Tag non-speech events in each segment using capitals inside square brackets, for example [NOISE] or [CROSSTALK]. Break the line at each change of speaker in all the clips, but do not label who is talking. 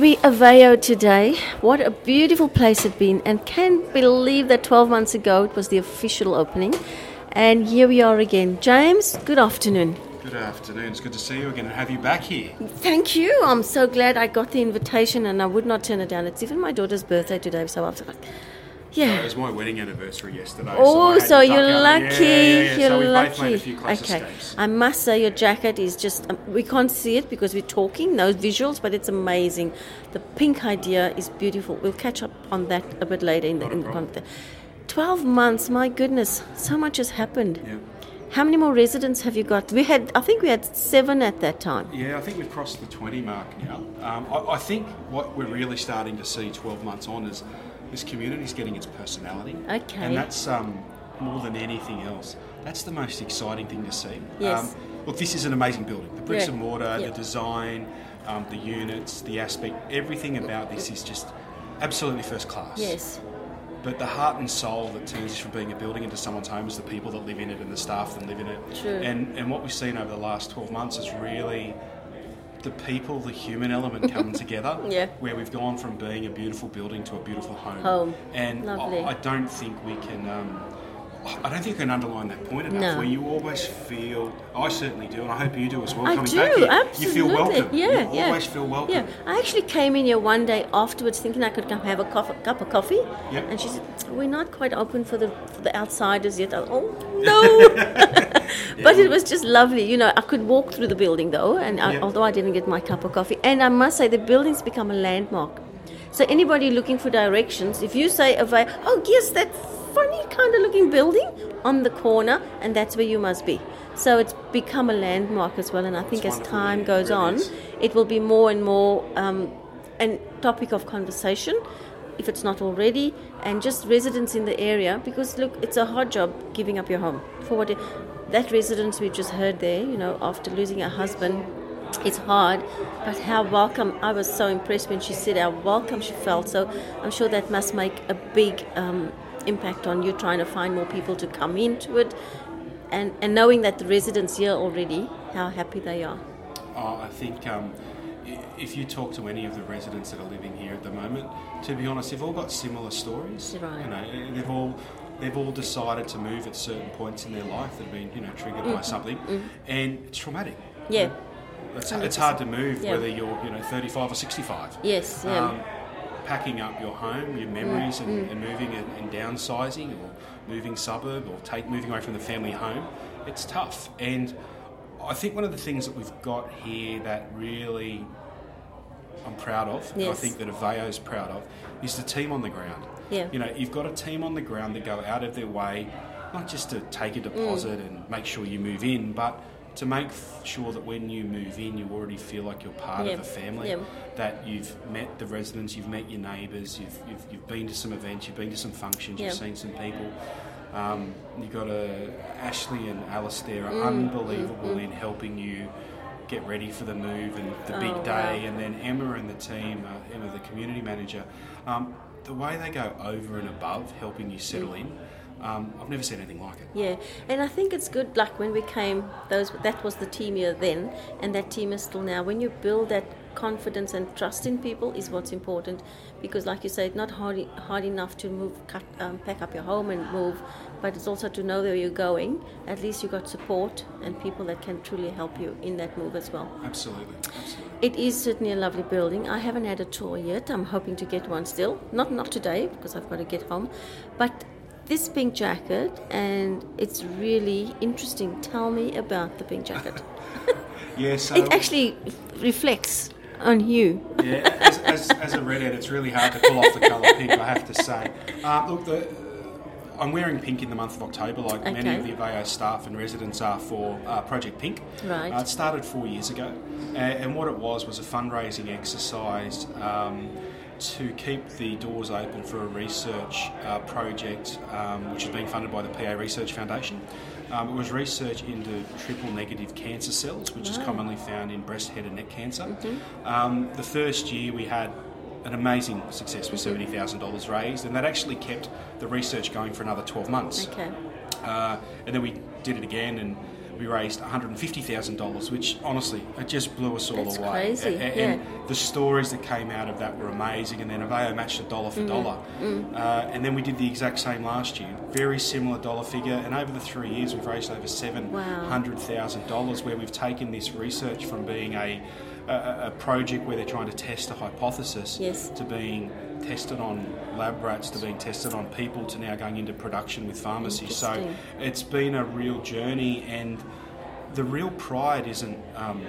we Aveo today. What a beautiful place it's been, and can't believe that 12 months ago it was the official opening. And here we are again. James, good afternoon.
Good afternoon. It's good to see you again and have you back here.
Thank you. I'm so glad I got the invitation and I would not turn it down. It's even my daughter's birthday today, so I was like, yeah.
It was my wedding anniversary yesterday.
Oh,
I
so,
had to duck
you're
out.
lucky.
Yeah, yeah, yeah.
You're
so we
lucky.
both made a few close
okay.
escapes.
I must say, your jacket is just, um, we can't see it because we're talking, no visuals, but it's amazing. The pink idea is beautiful. We'll catch up on that a bit later in the, in the
problem.
con- 12 months, my goodness, so much has happened.
Yeah.
How many more residents have you got? We had, I think we had seven at that time.
Yeah, I think we've crossed the 20 mark now. Um, I, I think what we're really starting to see 12 months on is this community's getting its personality.
Okay.
And that's um, more than anything else. That's the most exciting thing to see.
Yes.
Um, look, this is an amazing building. The bricks
Yeah.
and mortar,
Yeah.
the design, um, the units, the aspect, everything about this is just absolutely first class.
Yes.
But the heart and soul that turns this from being a building into someone's home is the people that live in it and the staff that live in it.
True.
And and what we've seen over the last twelve months is really the people, the human element
[LAUGHS]
coming together.
Yeah.
Where we've gone from being a beautiful building to a beautiful home.
Home.
And I-
Lovely.
I, don't think we can. Um, I don't think we can underline that point enough.
No.
Where you always feel, I certainly do, and I hope you do as well.
I
coming
do,
back here,
absolutely.
You feel welcome.
Yeah,
you
yeah.
always feel welcome.
Yeah, I actually came in here one day afterwards thinking I could come have a cof- cup of coffee.
Yep.
And she said, We're not quite open for the, for the outsiders yet. I was,
[LAUGHS]
oh, no. but it was just lovely. You know, I could walk through the building though, and I,
Yep.
although I didn't get my cup of coffee. And I must say, the building's become a landmark. So anybody looking for directions, if you say, away, oh, yes, that funny kind of looking building on the corner, and that's where you must be. So it's become a landmark as well, and I think think
It's
as
wonderful,
time
yeah,
goes
it really
on,
is.
it will be more and more um, a topic of conversation, if it's not already, and just residents in the area. Because look, it's a hard job giving up your home for what it, that residence we just heard there. You know, after losing her husband, it's hard, but how welcome! I was so impressed when she said how welcome she felt. So I'm sure that must make a big. Um, impact on you trying to find more people to come into it and, and knowing that the residents here already, how happy they are.
Uh, I think um, i- if you talk to any of the residents that are living here at the moment, to be honest, they've all got similar stories.
Right.
You know, eh, they've all they've all decided to move at certain points in their life that have been you know triggered
Mm-hmm.
by something, and it's traumatic.
Yeah.
It's, it's hard to move
Yeah.
whether you're you know 35 or 65.
Yes. Yeah. Mm,
Um, packing up your home, your memories, and, and moving and, and downsizing, or moving suburb, or take moving away from the family home, it's tough. And I think one of the things that we've got here that really I'm proud of, and I
Yes.
think that Aveo's proud of, is the team on the ground.
Yeah.
You know, you've got a team on the ground that go out of their way, not just to take a
Mm.
deposit and make sure you move in, but to make f- sure that when you move in, you already feel like you're part
Yeah.
of a family
Yeah.
that you've met the residents, you've met your neighbours, you've, you've, you've been to some events, you've been to some functions,
Yeah.
you've seen some people. Um, you've got uh, Ashley and Alistair are
Mm,
unbelievable in helping you get ready for the move and the
Oh, wow.
big day. And then Emma and the team, uh, Emma, the community manager, um, the way they go over and above helping you settle
Mm.
in, um, I've never seen anything like it.
yeah. And I think it's good. Like when we came, those that was the team here then, and that team is still now. When you build that confidence and trust in people is what's important, because like you say, it's not hard hard enough to move, cut, um, pack up your home and move, but it's also to know where you're going. At least you got support and people that can truly help you in that move as well.
Absolutely, absolutely.
It is certainly a lovely building. I haven't had a tour yet. I'm hoping to get one still. Not not today because I've got to get home. But this pink jacket and it's really interesting. Tell me about the pink jacket.
Yeah, so
it actually reflects on you.
yeah, as, as, as a redhead, it's really hard to pull off the colour pink, I have to say. Uh, look, the, I'm wearing pink in the month of October, like many
Okay.
of the Aveo staff and residents are for uh, Project Pink.
Right.
Uh, it started four years ago, and, and what it was was a fundraising exercise um, to keep the doors open for a research uh, project um, which is being funded by the PA Research Foundation. Um, it was research into triple negative cancer cells, which is commonly found in breast, head, and neck cancer. Um, the first year we had an amazing success with $70,000 raised, and that actually kept the research going for another 12 months
Okay.
uh, and then we did it again and we raised $150,000, which honestly, it just blew us all
That's
away.
crazy,
A- a- And, the stories that came out of that were amazing. And then Aveo matched a dollar for
Mm-hmm.
dollar.
Mm.
Uh, and then we did the exact same last year. Very similar dollar figure. And over the three years, we've raised over $700,000 where we've taken this research from being a, a- a, a project where they're trying to test a hypothesis
Yes.
to being tested on lab rats to being tested on people to now going into production with pharmacies. So
Interesting.
it's been a real journey, and the real pride isn't um,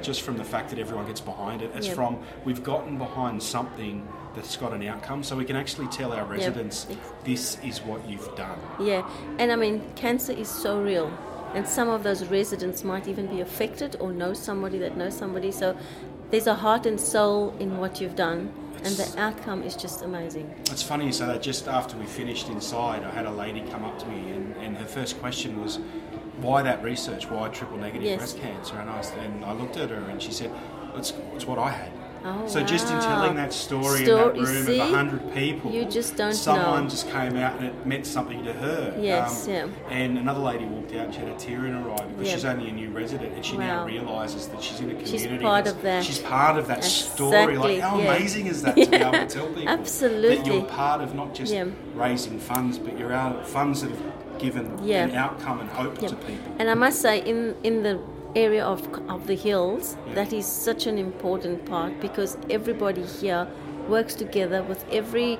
just from the fact that everyone gets behind it. It's
Yep.
from we've gotten behind something that's got an outcome, so we can actually tell our residents
Ex-
this is what you've done.
[LAUGHS] Yeah, and I mean, cancer is so real, and some of those residents might even be affected or know somebody that knows somebody. So there's a heart and soul in what you've done, and
It's-
the outcome is just amazing.
It's funny you say that. Just after we finished inside, I had a lady come up to me, and, and her first question was, "Why that research? Why triple negative
Yes.
breast cancer?" And I s- and I looked at her, and she said, "It's, it's what I had."
Oh,
so just in
wow.
telling that story
Story-
in that room
see?
of hundred people,
You just don't
someone
know.
just came out and it meant something to her. Um,
Yes, yeah.
And another lady walked out, and she had a tear in her eye because
Yeah.
she's only a new resident, and she now
Wow.
realises that she's in a community.
She's part
that's-
of that.
She's part of that story.
Exactly,
Like how
yeah.
amazing is
[LAUGHS]
that to be able to tell people that
Absolutely.
you're part of not just
Yeah.
raising funds, but you're out of funds that have given
Yeah.
an outcome and hope
Yeah.
to people.
And I must say, in in the area of of the hills,
Yeah.
that is such an important part because everybody here works together with every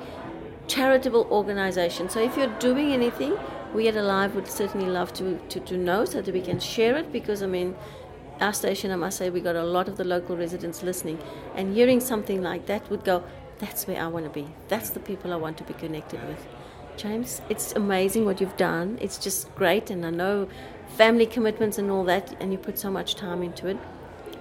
charitable organization. So if you're doing anything, we at Alive would certainly love to, to, to know so that we can share it because I mean our station I must say we got a lot of the local residents listening and hearing something like that would go, That's where I want to be. That's the people I want to be connected with. James, it's amazing what you've done. It's just great, and I know family commitments and all that, and you put so much time into it.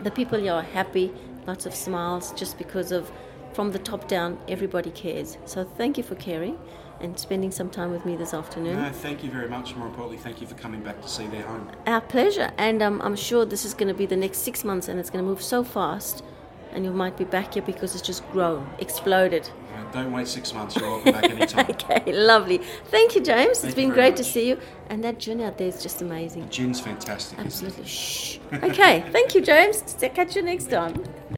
The people here are happy, lots of smiles, just because of from the top down, everybody cares. So thank you for caring and spending some time with me this afternoon.
No, Uh, thank you very much. More importantly, thank you for coming back to see their home.
Our pleasure, and um, I'm sure this is going to be the next six months, and it's going to move so fast, and you might be back here because it's just grown, exploded.
Uh, Don't wait six months.
[LAUGHS]
You're welcome back anytime.
Okay, lovely. Thank you, James.
Thank
it's
you
been
very
great to
much.
see you, and that gin out there is just amazing.
Gin's fantastic. isn't it? [LAUGHS]
Absolutely. Shh. Okay. Thank you, James. Catch you next time.